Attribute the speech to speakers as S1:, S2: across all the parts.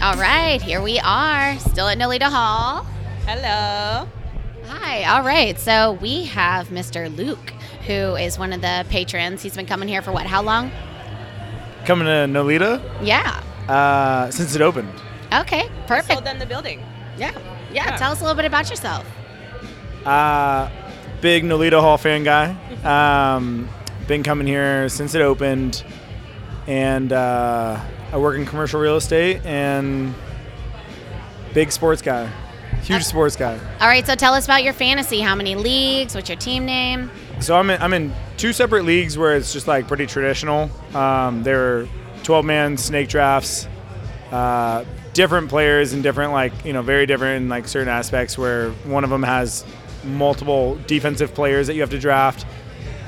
S1: right, here we are, still at Nolita Hall.
S2: Hello.
S1: Hi. All right. So we have Mr. Luke, who is one of the patrons. He's been coming here for what? How long?
S3: Coming to Nolita
S1: Yeah.
S3: uh, since it opened.
S1: Okay. Perfect.
S2: Sold them the building.
S1: yeah. yeah.
S2: Yeah.
S1: Tell us a little bit about yourself.
S3: Uh, big Nolita Hall fan guy. Um, been coming here since it opened, and uh, I work in commercial real estate and big sports guy, huge sports guy.
S1: All right. So tell us about your fantasy. How many leagues? What's your team name?
S3: So I'm in, I'm in two separate leagues where it's just like pretty traditional. Um, they're 12 man snake drafts, uh, different players and different like you know very different in like certain aspects. Where one of them has multiple defensive players that you have to draft,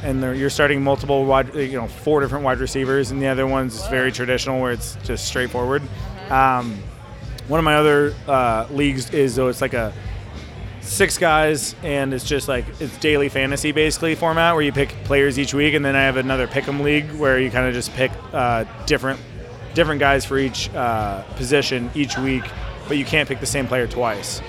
S3: and they're- you're starting multiple wide you know four different wide receivers, and the other one's just very traditional where it's just straightforward. Um, one of my other uh, leagues is though it's like a six guys and it's just like it's daily fantasy basically format where you pick players each week and then i have another pick 'em league where you kind of just pick uh, different different guys for each uh, position each week but you can't pick the same player twice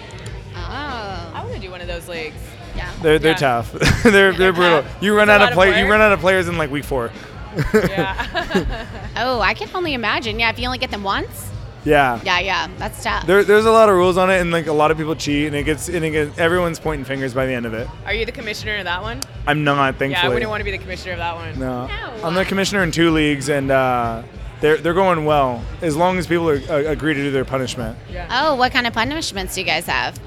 S1: Oh.
S2: I want to do one of those leagues.
S1: Yeah.
S3: they're, they're
S2: Yeah.
S3: tough they're, they're brutal
S2: tough.
S3: you run
S2: It's a
S3: out
S2: lot
S3: of
S2: of
S3: play you
S2: work.
S3: run out of players in like week four
S2: Yeah.
S1: Oh, I can only imagine. Yeah. If you only get them once.
S3: yeah,
S1: Yeah. Yeah. That's tough.
S3: There, there's a lot of rules on it and like a lot of people cheat and it gets and it gets, everyone's pointing fingers by the end of it
S2: Are you the commissioner of that one?
S3: i'm not thankfully
S2: Yeah, I wouldn't want to be the commissioner of that one.
S3: No.
S1: No.
S3: I'm the commissioner in two leagues, and uh, they're they're going well as long as people are, uh, agree to do their punishment.
S2: Yeah.
S1: oh, what kind of punishments do you guys have?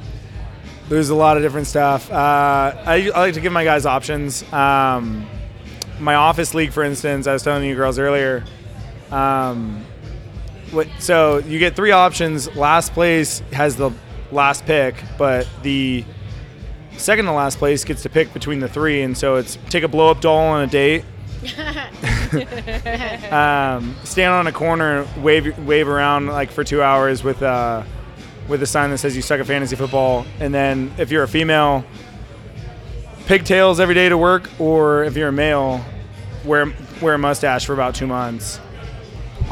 S3: There's a lot of different stuff. Uh, I, I like to give my guys options. Um, my office league, for instance, I was telling you girls earlier. Um, what, so you get three options. Last place has the last pick, but the second to last place gets to pick between the three, and so it's take a blow up doll on a date, um, stand on a corner, and wave wave around like for two hours with uh, with a sign that says you suck at fantasy football, and then if you're a female, pigtails every day to work, or if you're a male, wear wear a mustache for about two months.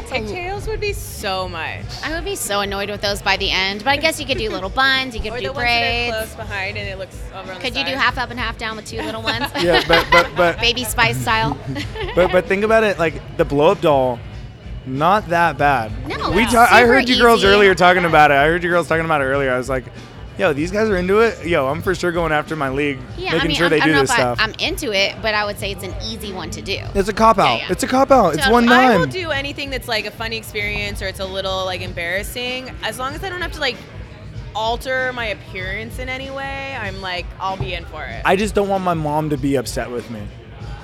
S2: Pigtails would be so much.
S1: I would be so annoyed with those by the end, but I guess you could do little buns, you could
S2: Or
S1: do
S2: the ones that
S1: braids.
S2: are close behind and it looks over on the
S1: Could you do
S2: side.
S1: half up and half down with two little ones?
S3: Yeah, but but but
S1: Baby Spice style.
S3: but but think about it like the blow up doll not that bad
S1: No,
S3: we
S1: it's
S3: ta- i
S1: super
S3: heard you girls
S1: easy.
S3: earlier talking about it i heard you girls talking about it earlier i was like yo these guys are into it yo i'm for sure going after my league
S1: Yeah,
S3: making
S1: I mean,
S3: sure
S1: I'm,
S3: they
S1: I
S3: do
S1: don't know
S3: this
S1: if
S3: stuff
S1: I, I'm into it, but I would say it's an easy one to do.
S3: it's a cop out
S1: yeah.
S3: it's a cop out it's
S1: Totally.
S3: one
S2: I
S3: time
S2: will do anything that's like a funny experience or it's a little like embarrassing, as long as I don't have to like alter my appearance in any way. I'm like, I'll be in for it.
S3: I just don't want my mom to be upset with me.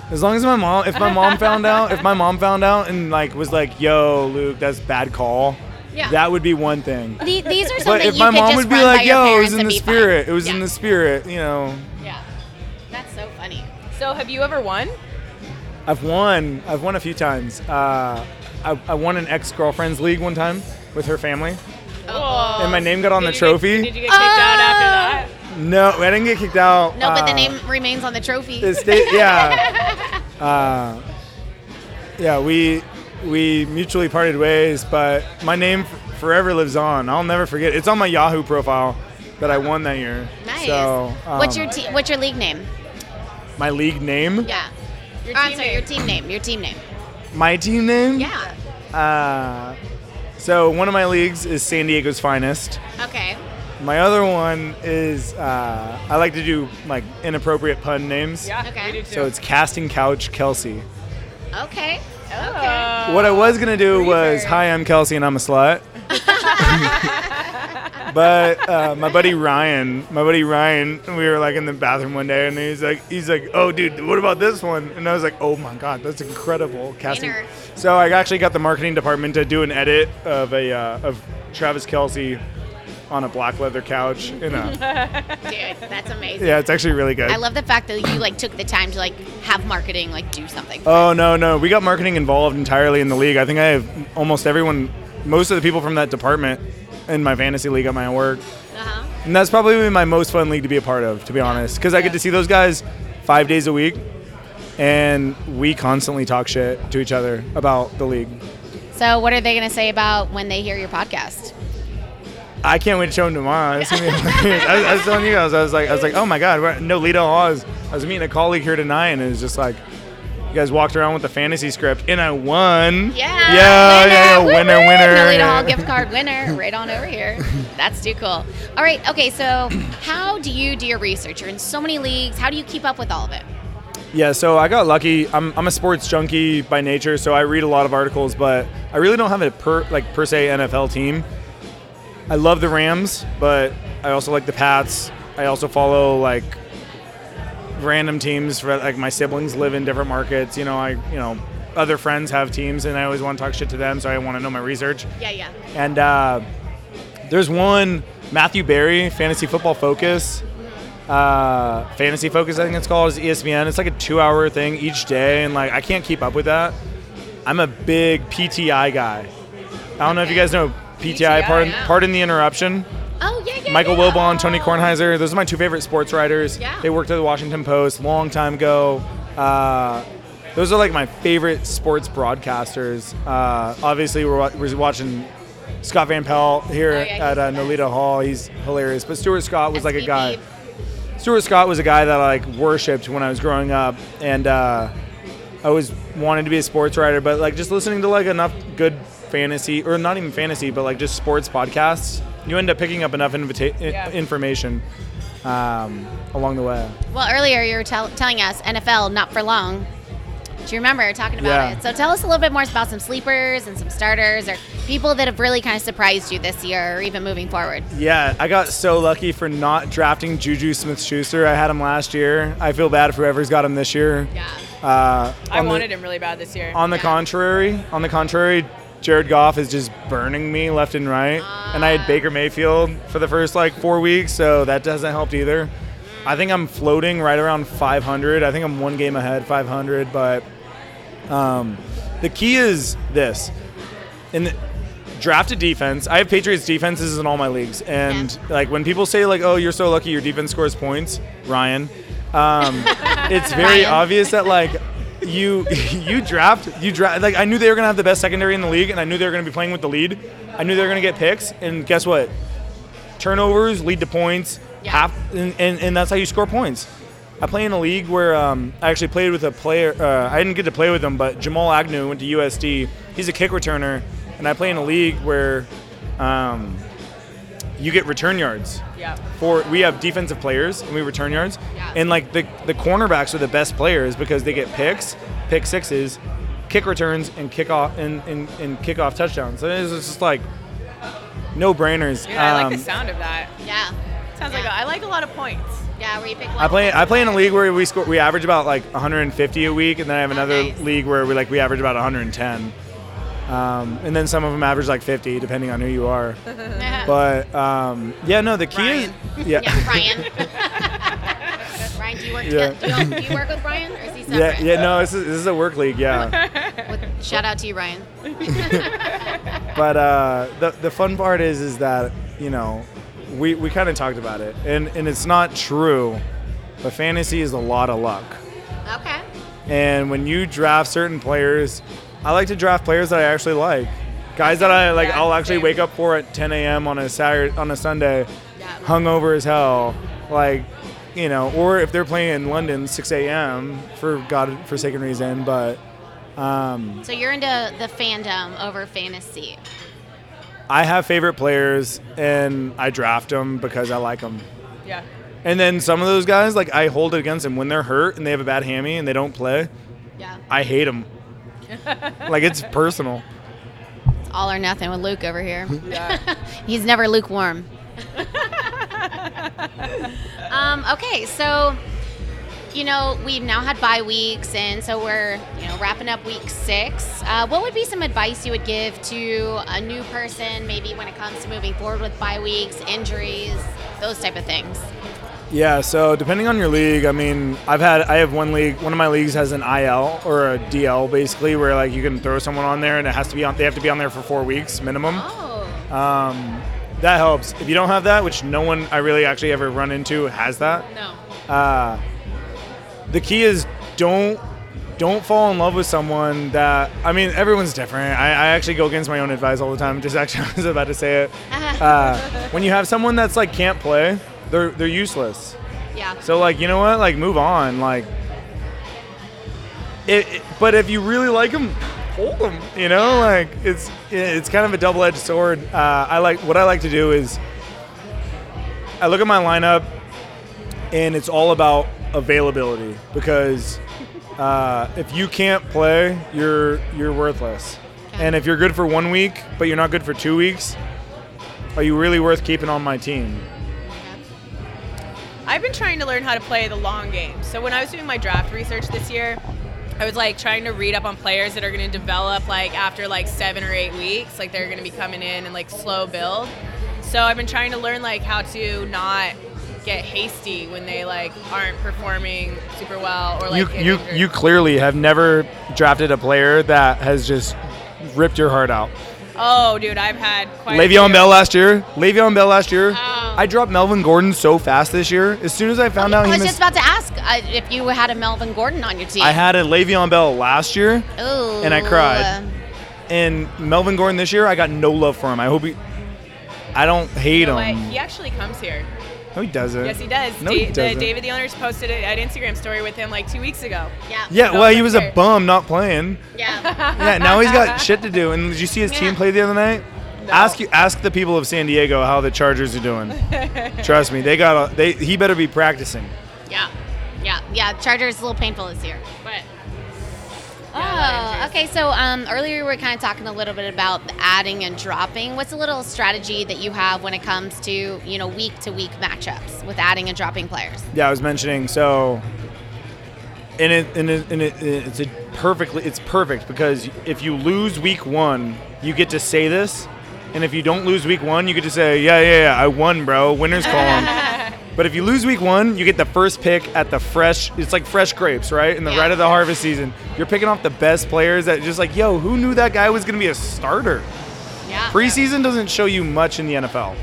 S3: As long as my mom, if my mom found out, if my mom found out and like was like, "Yo, Luke, that's a bad call,"
S1: Yeah.
S3: that would be one thing.
S1: The- These are
S3: But
S1: something
S3: if
S1: you
S3: my
S1: could
S3: mom
S1: just
S3: would be
S1: run by
S3: like,
S1: your
S3: "Yo, it
S1: parents
S3: was in
S1: and
S3: the
S1: be
S3: spirit.
S1: fine."
S3: It was
S1: yeah.
S3: in the spirit," you know.
S1: Yeah, that's so funny.
S2: so, have you ever won?
S3: I've won. I've won a few times. Uh, I, I won an ex-girlfriend's league one time with her family,
S2: Oh.
S3: and my name got on the
S2: Did you get-
S3: trophy.
S2: did you get kicked out after that?
S3: no, I didn't get kicked out.
S1: No, but the
S3: Uh,
S1: name remains on the trophy.
S3: it stayed- yeah. Uh, yeah, we we mutually parted ways, but my name f- forever lives on. I'll never forget. It's on my Yahoo profile that I won that year.
S1: nice.
S3: So, um,
S1: what's your te- what's your league name?
S3: my league name?
S1: Yeah.
S2: Your
S1: Oh, I'm
S2: team
S1: sorry,
S2: name.
S1: your team name. Your team name.
S3: My team name?
S1: Yeah.
S3: Uh, so one of my leagues is San Diego's finest.
S1: Okay.
S3: My other one is uh, I like to do like inappropriate pun names.
S2: Yeah,
S1: Okay.
S2: we do too.
S3: So it's casting couch Kelsey.
S1: Okay. Okay.
S2: Oh.
S3: What I was gonna do was,
S2: Freebird.
S3: "Hi, I'm Kelsey, and I'm a slut." but uh, my buddy Ryan, my buddy Ryan, we were like in the bathroom one day, and he's like, he's like, "Oh, dude, what about this one?" And I was like, "Oh my god, that's incredible, Kelsey."
S1: Winner.
S3: So I actually got the marketing department to do an edit of a uh, of Travis Kelsey on a black leather couch. In a,
S1: Dude, that's amazing.
S3: yeah, it's actually really good.
S1: I love the fact that you like took the time to like have marketing like do something.
S3: Oh no, no, we got marketing involved entirely in the league. I think I have almost everyone, most of the people from that department in my fantasy league at my work,
S1: Uh-huh.
S3: and that's probably my most fun league to be a part of, to be honest, because I get to see those guys five days a week, and we constantly talk shit to each other about the league.
S1: So, what are they going to say about when they hear your podcast?
S3: I can't wait to show him tomorrow. It's gonna be hilarious. I, was, I was telling you guys, I was like, I was like, oh my god, we're at Nolito Hall. I was, I was meeting a colleague here tonight, and it was just like, you guys walked around with the fantasy script, and I won.
S1: Yeah.
S3: yeah, yeah,
S1: Woo-woo.
S3: winner, winner.
S1: Nolita
S3: yeah.
S1: Hall gift card winner right on over here. That's too cool. All right. Okay. So, how do you do your research? You're in so many leagues. How do you keep up with all of it?
S3: Yeah, so I got lucky. I'm, I'm a sports junkie by nature, so I read a lot of articles, but I really don't have a per like per se NFL team. I love the Rams, but I also like the Pats. I also follow like random teams for like my siblings live in different markets, you know, I you know, other friends have teams and I always want to talk shit to them, so I want to know my research.
S1: Yeah. Yeah.
S3: And uh, there's one Matthew Berry, Fantasy Football Focus. Uh, Fantasy Focus, I think it's called, is E ESPN. It's like a two-hour thing each day, and like I can't keep up with that. I'm a big PTI guy. I don't know if you guys know PTI.
S2: PTI,
S3: pardon,
S2: yeah.
S3: pardon the interruption.
S1: Oh yeah. yeah
S3: Michael
S1: yeah.
S3: Wilbon, Tony Kornheiser. Those are my two favorite sports writers.
S1: Yeah.
S3: They worked at the Washington Post long time ago. Uh, those are like my favorite sports broadcasters. Uh, obviously, we're, wa- we're watching Scott Van Pelt here
S1: Oh, yeah,
S3: at uh,
S1: he's the
S3: Nolita Hall. He's hilarious. But Stuart Scott was like a
S1: SVP.
S3: guy. Stuart Scott was a guy that I like worshipped when I was growing up, and uh, I always wanted to be a sports writer. But like just listening to like enough good fantasy, or not even fantasy, but like just sports podcasts, you end up picking up enough invita- i-
S2: Yeah.
S3: information um, along the way.
S1: Well, earlier you were tell- telling us NFL not for long. Do you remember talking about
S3: Yeah.
S1: it? So tell us a little bit more about some sleepers and some starters or people that have really kind of surprised you this year or even moving forward.
S3: Yeah, I got so lucky for not drafting Juju Smith-Schuster. I had him last year. I feel bad for whoever's got him this year.
S2: I
S3: Uh, on the-
S2: wanted him really bad this year.
S3: On the
S1: Yeah.
S3: contrary, on the contrary, Jared Goff is just burning me left and right. and I had Baker Mayfield for the first like four weeks, so that doesn't help either. I think I'm floating right around 500. I think I'm one game ahead 500, but um, the key is this: in the drafted defense, I have Patriots defenses in all my leagues, and like when people say like, "Oh, you're so lucky, your defense scores points," Ryan, um, it's very
S1: Ryan.
S3: obvious that like you you draft you draft like I knew they were gonna have the best secondary in the league, and I knew they were gonna be playing with the lead. I knew they were gonna get picks, and guess what? Turnovers lead to points.
S1: Yeah.
S3: Half, and, and, and that's how you score points. I play in a league where um, I actually played with a player. Uh, I didn't get to play with him, but Jamal Agnew went to USD. He's a kick returner, and I play in a league where um, you get return yards
S2: yeah.
S3: for we have defensive players and we return yards
S1: Yeah.
S3: and like the the cornerbacks are the best players because they get picks pick sixes kick returns and kick off and, and, and kick off touchdowns so it's just like no brainers
S2: Dude, I
S3: Um,
S2: like the sound of that.
S1: Yeah.
S2: Sounds like a, I like a lot of points.
S1: Yeah, where you pick one.
S3: I play I play in a league where we score we average about like 150 a week, and then I have another
S1: nice.
S3: league where we like we average about 110, um, and then some of them average like 50 depending on who you are. But um, yeah, no, the key is yeah.
S1: yeah, Brian. Brian, do you work
S3: Yeah.
S1: together? Do you, do you work with Brian or is he
S3: Yeah,
S1: separate?
S3: yeah, no, this is, this is a work league, yeah.
S1: With- shout out to you, Ryan.
S3: But uh, the the fun part is is that you know we, we kind of talked about it, and and it's not true, but fantasy is a lot of luck.
S1: Okay.
S3: And when you draft certain players, I like to draft players that I actually like. Guys that I like,
S2: Yeah,
S3: I'll actually
S2: same.
S3: wake up for at 10 a.m. on a Saturday, on a Sunday,
S1: Yeah.
S3: hungover as hell, like, you know, or if they're playing in London 6 a.m. for God forsaken reason. But um,
S1: So you're into the fandom over fantasy.
S3: I have favorite players, and I draft them because I like them.
S2: Yeah.
S3: And then some of those guys, like, I hold it against them when they're hurt and they have a bad hammy and they don't play.
S1: Yeah.
S3: I hate them. like it's personal.
S1: It's all or nothing with Luke over here.
S2: Yeah.
S1: He's never lukewarm. um, okay, so you know we've now had bye weeks, and so we're you know wrapping up week six. Uh, what would be some advice you would give to a new person, maybe when it comes to moving forward with bye weeks, injuries, those type of things?
S3: Yeah, so depending on your league, I mean, I've had I have one league, one of my leagues has an IL or a DL basically where like you can throw someone on there and it has to be on they have to be on there for 4 weeks minimum.
S1: Oh,
S3: Um that helps. If you don't have that, which no one I really actually ever run into has that,
S1: no.
S3: uh, the key is don't don't fall in love with someone that I mean everyone's different. I, I actually go against my own advice all the time. Just actually I was about to say it. Uh, when you have someone that's like can't play, they're they're useless.
S1: yeah.
S3: So like you know what? Like move on. Like it, it- but if you really like them, hold them. You know, like it's it's kind of a double-edged sword. Uh, I like what I like to do is I look at my lineup, and it's all about availability because uh, if you can't play, you're you're worthless. And if you're good for one week, but you're not good for two weeks, are you really worth keeping on my team?
S2: I've been trying to learn how to play the long game. So when I was doing my draft research this year, I was like trying to read up on players that are going to develop like after like seven or eight weeks, like they're going to be coming in and like slow build. So I've been trying to learn like how to not get hasty when they like aren't performing super well or like get
S3: you,
S2: injured.
S3: you, you clearly have never drafted a player that has just ripped your heart out.
S2: oh dude I've had quite a
S3: Le'Veon
S2: few.
S3: Bell last year. Le'Veon Bell last year.
S1: Oh.
S3: I dropped Melvin Gordon so fast this year. As soon as I found out
S1: I
S3: he
S1: was just
S3: missed,
S1: about to ask uh, if you had a Melvin Gordon on your team.
S3: I had a Le'Veon Bell last year
S1: Ooh.
S3: and I cried. and Melvin Gordon this year. I got no love for him. I hope he. I don't hate
S2: You know
S3: him.
S2: what? He actually comes here.
S3: No, he doesn't.
S2: Yes, he does.
S3: No, he
S2: Da- the-
S3: doesn't.
S2: David the owners posted it an Instagram story with him like two weeks ago.
S1: Yeah.
S3: Yeah,
S2: No,
S3: well, he
S2: but
S3: was a
S2: here.
S3: bum not playing.
S1: Yeah.
S3: Yeah, now he's got shit to do. And did you see his team
S1: Yeah.
S3: play the other night?
S2: No.
S3: Ask you, ask the people of San Diego how the Chargers are doing. Trust me, they got a, they. He better be practicing.
S1: Yeah. Yeah. Yeah. Chargers a little painful this year.
S2: But
S1: Oh, okay. So um, earlier we were kind of talking a little bit about the adding and dropping. What's a little strategy that you have when it comes to you know week to week matchups with adding and dropping players?
S3: Yeah, I was mentioning so. And it and it, and it it's a perfectly it's perfect because if you lose week one, you get to say this, and if you don't lose week one, you get to say yeah yeah yeah I won bro winners column. but if you lose week one, you get the first pick at the fresh. It's like fresh grapes, right? In the
S1: Yeah.
S3: right of the harvest season, you're picking off the best players that just like yo who knew that guy was gonna be a starter.
S1: Yeah.
S3: Preseason doesn't show you much in the NFL.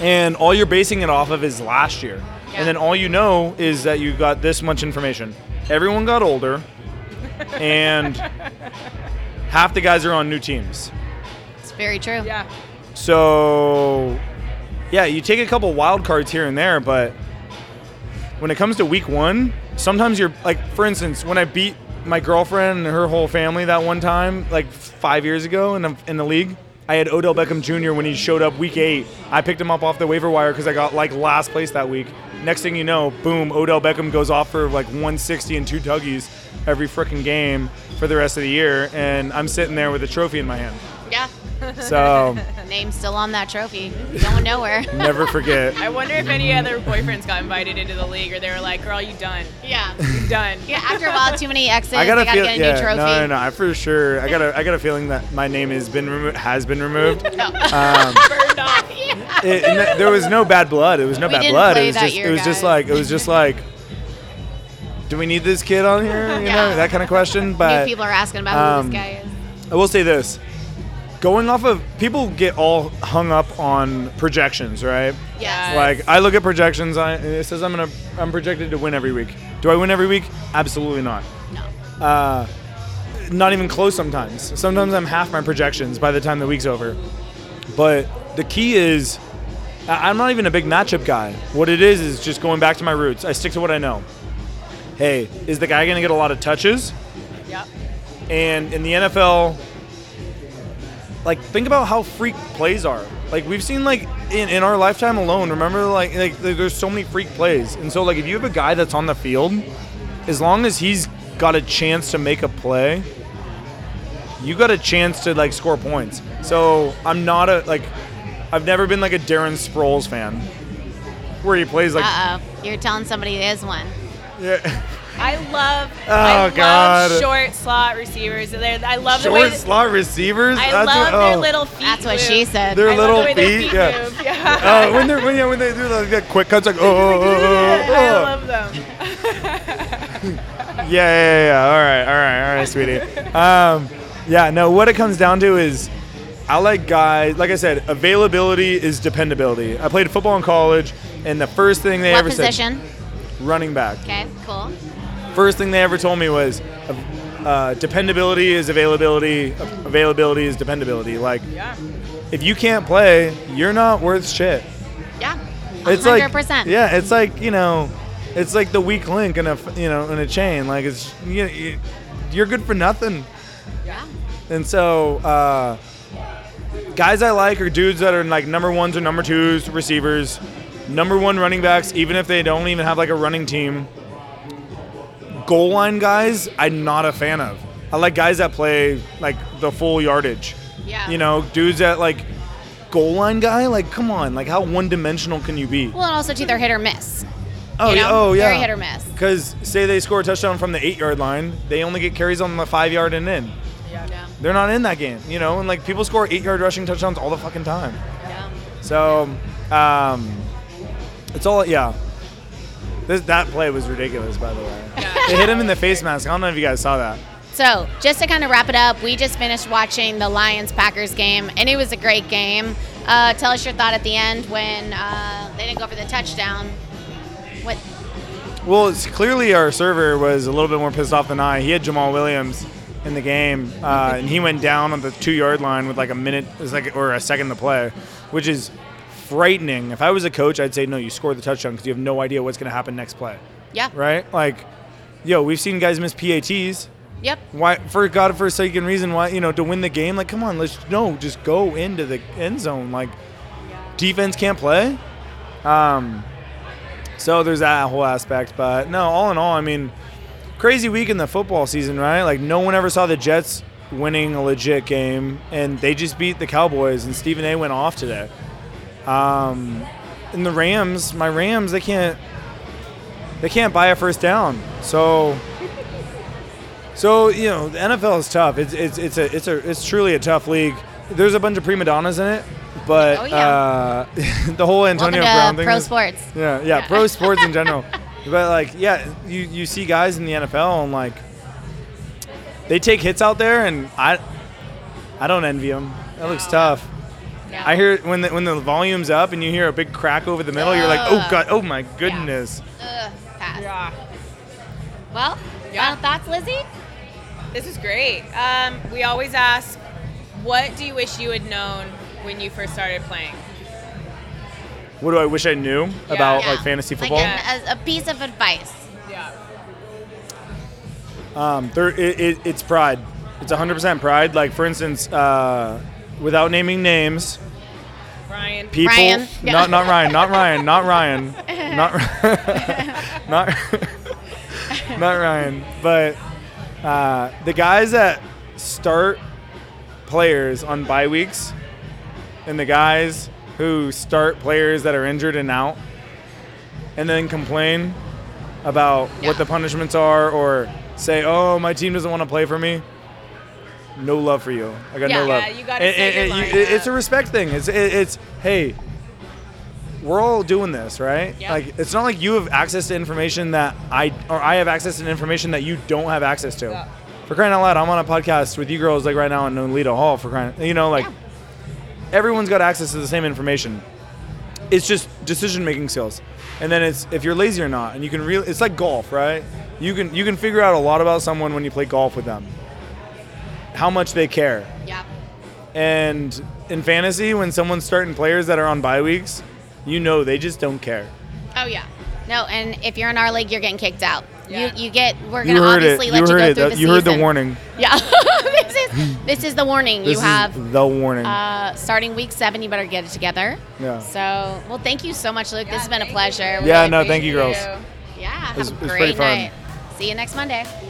S3: And all you're basing it off of is last year.
S1: Yeah.
S3: And then all you know is that you got this much information. Everyone got older, and half the guys are on new teams.
S1: It's very true.
S2: yeah.
S3: So, yeah, you take a couple wild cards here and there, but when it comes to week one, sometimes you're like, for instance, when I beat my girlfriend and her whole family that one time, like five years ago in the, in the league, I had Odell Beckham Jr. when he showed up week eight. I picked him up off the waiver wire because I got like last place that week. Next thing you know, boom, Odell Beckham goes off for like 160 and two tuggies every freaking game for the rest of the year, and I'm sitting there with a trophy in my hand.
S1: Yeah.
S3: So.
S1: Name still on that trophy. Going nowhere.
S3: Never forget.
S2: I wonder if any other boyfriends got invited into the league or they were like, girl, you done.
S1: yeah.
S2: You done.
S1: Yeah. After a while, too many exes.
S3: I got
S1: they
S3: a
S1: gotta
S3: feel,
S1: get a
S3: yeah,
S1: new trophy.
S3: no, no, no. I for sure, I got a, I got a feeling that my name has been remo- has been removed.
S1: no.
S3: Um,
S2: Burned off.
S1: yeah.
S3: it, n- there was no bad blood. It was no
S1: We
S3: bad
S1: didn't
S3: blood.
S1: play
S3: it was
S1: that
S3: just,
S1: year,
S3: it was just
S1: guys.
S3: like, it was just like, do we need this kid on here? You know,
S1: Yeah.
S3: that kind of question.
S1: New
S3: But
S1: people are asking about who
S3: Uh, um,
S1: this guy is.
S3: I will say this. Going off of people get all hung up on projections, right?
S1: Yes.
S3: Like I look at projections, I, it says I'm gonna I'm projected to win every week. Do I win every week? Absolutely not.
S1: No.
S3: uh, not even close sometimes. Sometimes I'm half my projections by the time the week's over. But the key is, I- I'm not even a big matchup guy. What it is is just going back to my roots. I stick to what I know. Hey, is the guy going to get a lot of touches?
S2: Yep.
S3: And in the NFL, like think about how freak plays are. Like we've seen like in, in our lifetime alone, remember like like there- there's so many freak plays. And so like if you have a guy that's on the field, as long as he's got a chance to make a play, you got a chance to like score points. So I'm not a like I've never been like a Darren Sproles fan. Where he plays like
S1: Uh oh. You're telling somebody there is one.
S3: yeah,
S2: I love, oh,
S3: Oh,
S2: I love
S3: God.
S2: short slot receivers. They're- I love the way
S3: short slot receivers.
S2: I
S3: That's
S2: love
S3: what-
S2: their
S3: oh.
S2: little feet.
S1: That's what
S2: move.
S1: she said.
S3: They're- Their
S2: I love the
S3: little
S2: way their
S3: feet, yeah.
S2: move. Yeah.
S3: uh, when they when, yeah, when they do like that quick cuts, like oh, oh, oh, oh, oh.
S2: I love them.
S3: yeah, yeah, yeah. All right, all right, all right, sweetie. Um, yeah, no. What it comes down to is, I like guys. Like I said, availability is dependability. I played football in college, and the first thing they
S1: what
S3: ever
S1: position?
S3: said, running back.
S1: Okay. Cool.
S3: First thing they ever told me was, uh, dependability is availability. uh, Availability is dependability. Like,
S2: Yeah.
S3: if you can't play, you're not worth shit.
S1: Yeah.
S3: It's
S1: 100%.
S3: like yeah, it's like you know, it's like the weak link in a f- you know in a chain. Like it's you, you, you're good for nothing.
S1: Yeah.
S3: And so, uh, guys I like are dudes that are like number ones or number twos receivers, number one running backs, even if they don't even have like a running team. Goal line guys, I'm not a fan of. I like guys that play like the full yardage.
S1: Yeah.
S3: You know, dudes that like goal line guy, like come on, like how one dimensional can you be?
S1: Well, and also too, they're hit or miss.
S3: Oh,
S1: you
S3: yeah.
S1: know?
S3: oh yeah.
S1: Very hit or miss.
S3: Because say they score a touchdown from the eight yard line, they only get carries on the five yard and in.
S2: Yeah.
S1: Yeah.
S3: They're not in that game, you know. And like people score eight yard rushing touchdowns all the fucking time.
S1: Yeah.
S3: So, um, it's all yeah. This, that play was ridiculous, by the way. They hit him in the face mask. I don't know if you guys saw that.
S1: So, just to kind of wrap it up, we just finished watching the Lions Packers game, and it was a great game. Uh, tell us your thought at the end when uh, they didn't go for the touchdown. What?
S3: Well, it's clearly our server was a little bit more pissed off than I. He had Jamal Williams in the game, uh, and he went down on the two yard line with like a minute, it was like or a second to play, which is frightening. If I was a coach, I'd say no, you score the touchdown because you have no idea what's going to happen next play,
S1: Yeah.
S3: right? Like, yo, we've seen guys miss PATs.
S1: Yep.
S3: Why, for God forsaken reason, why you know to win the game? Like, come on, let's no, just go into the end zone. Like, defense can't play. Um, so there's that whole aspect, but no, all in all, I mean, crazy week in the football season, right? Like, no one ever saw the Jets winning a legit game, and they just beat the Cowboys, and Stephen A. went off today. Um, and the Rams, my Rams, they can't, they can't buy a first down, so. So you know, the NFL is tough. It's it's it's a it's a it's truly a tough league. There's a bunch of prima donnas in it, but
S1: Oh, yeah.
S3: uh, the whole Antonio
S1: Welcome
S3: Brown
S1: to
S3: thing.
S1: pro
S3: is-
S1: sports.
S3: yeah, yeah, pro sports in general. But like, yeah, you you see guys in the NFL and like they take hits out there, and I I don't envy them. That looks tough.
S1: Yeah.
S3: I hear when the, when the volume's up and you hear a big crack over the middle, you're like, oh
S1: Ugh.
S3: god, oh my goodness.
S1: Ugh, pass.
S2: Yeah.
S1: Well,
S2: Yeah.
S1: final thoughts, Lizzie?
S2: This is great. Um, we always ask, what do you wish you had known when you first started playing?
S3: What do I wish I knew about
S1: Yeah.
S3: like fantasy football?
S1: Like an, a, a piece of advice.
S2: Yeah.
S3: Um, there, it, it, it's pride. It's 100% pride. Like for instance, uh, without naming names,
S2: Brian.
S3: people
S1: Ryan. Yeah.
S3: not not Ryan not Ryan not Ryan not not not Ryan but uh, the guys that start players on bye weeks and the guys who start players that are injured and out and then complain about
S1: Yeah.
S3: what the punishments are or say oh my team doesn't want to play for me no love for you I got
S1: Yeah.
S3: no
S1: Yeah,
S3: love
S2: you gotta
S3: And-
S2: set
S3: and-
S2: your
S3: and
S2: line
S3: you- it's a
S2: up.
S3: respect thing it's it, it's hey we're all doing this, right?
S2: Yeah.
S3: Like it's not like you have access to information that I or I have access to information that you don't have access to.
S2: Yeah.
S3: For crying out loud, I'm on a podcast with you girls like right now in Nolito Hall for crying you know, like
S1: Yeah.
S3: everyone's got access to the same information. It's just decision making skills. And then it's if you're lazy or not and you can really it's like golf, right? You can you can figure out a lot about someone when you play golf with them. How much they care.
S1: Yeah.
S3: And in fantasy, when someone's starting players that are on bye weeks, you know they just don't care.
S1: Oh yeah. No, and if you're in our league, you're getting kicked out.
S2: Yeah.
S1: You you get we're
S3: You
S1: gonna
S3: heard it.
S1: obviously
S3: You
S1: let you
S3: heard
S1: go
S3: it.
S1: through
S3: That-
S1: the
S3: you heard the
S1: season.
S3: warning.
S1: Yeah. this is this is the warning
S3: This
S1: you
S3: is
S1: have.
S3: the warning.
S1: Uh, starting week seven, you better get it together.
S3: Yeah.
S1: So, well, thank you so much, Luke.
S2: Yeah,
S1: this has been a
S2: thank you,
S1: pleasure.
S2: Luke.
S1: We
S3: Yeah,
S1: really
S3: no, thank you,
S1: appreciate
S3: girls.
S1: Yeah, have
S3: was-
S1: a
S3: it was
S1: great
S3: pretty fun.
S1: night. See you next Monday.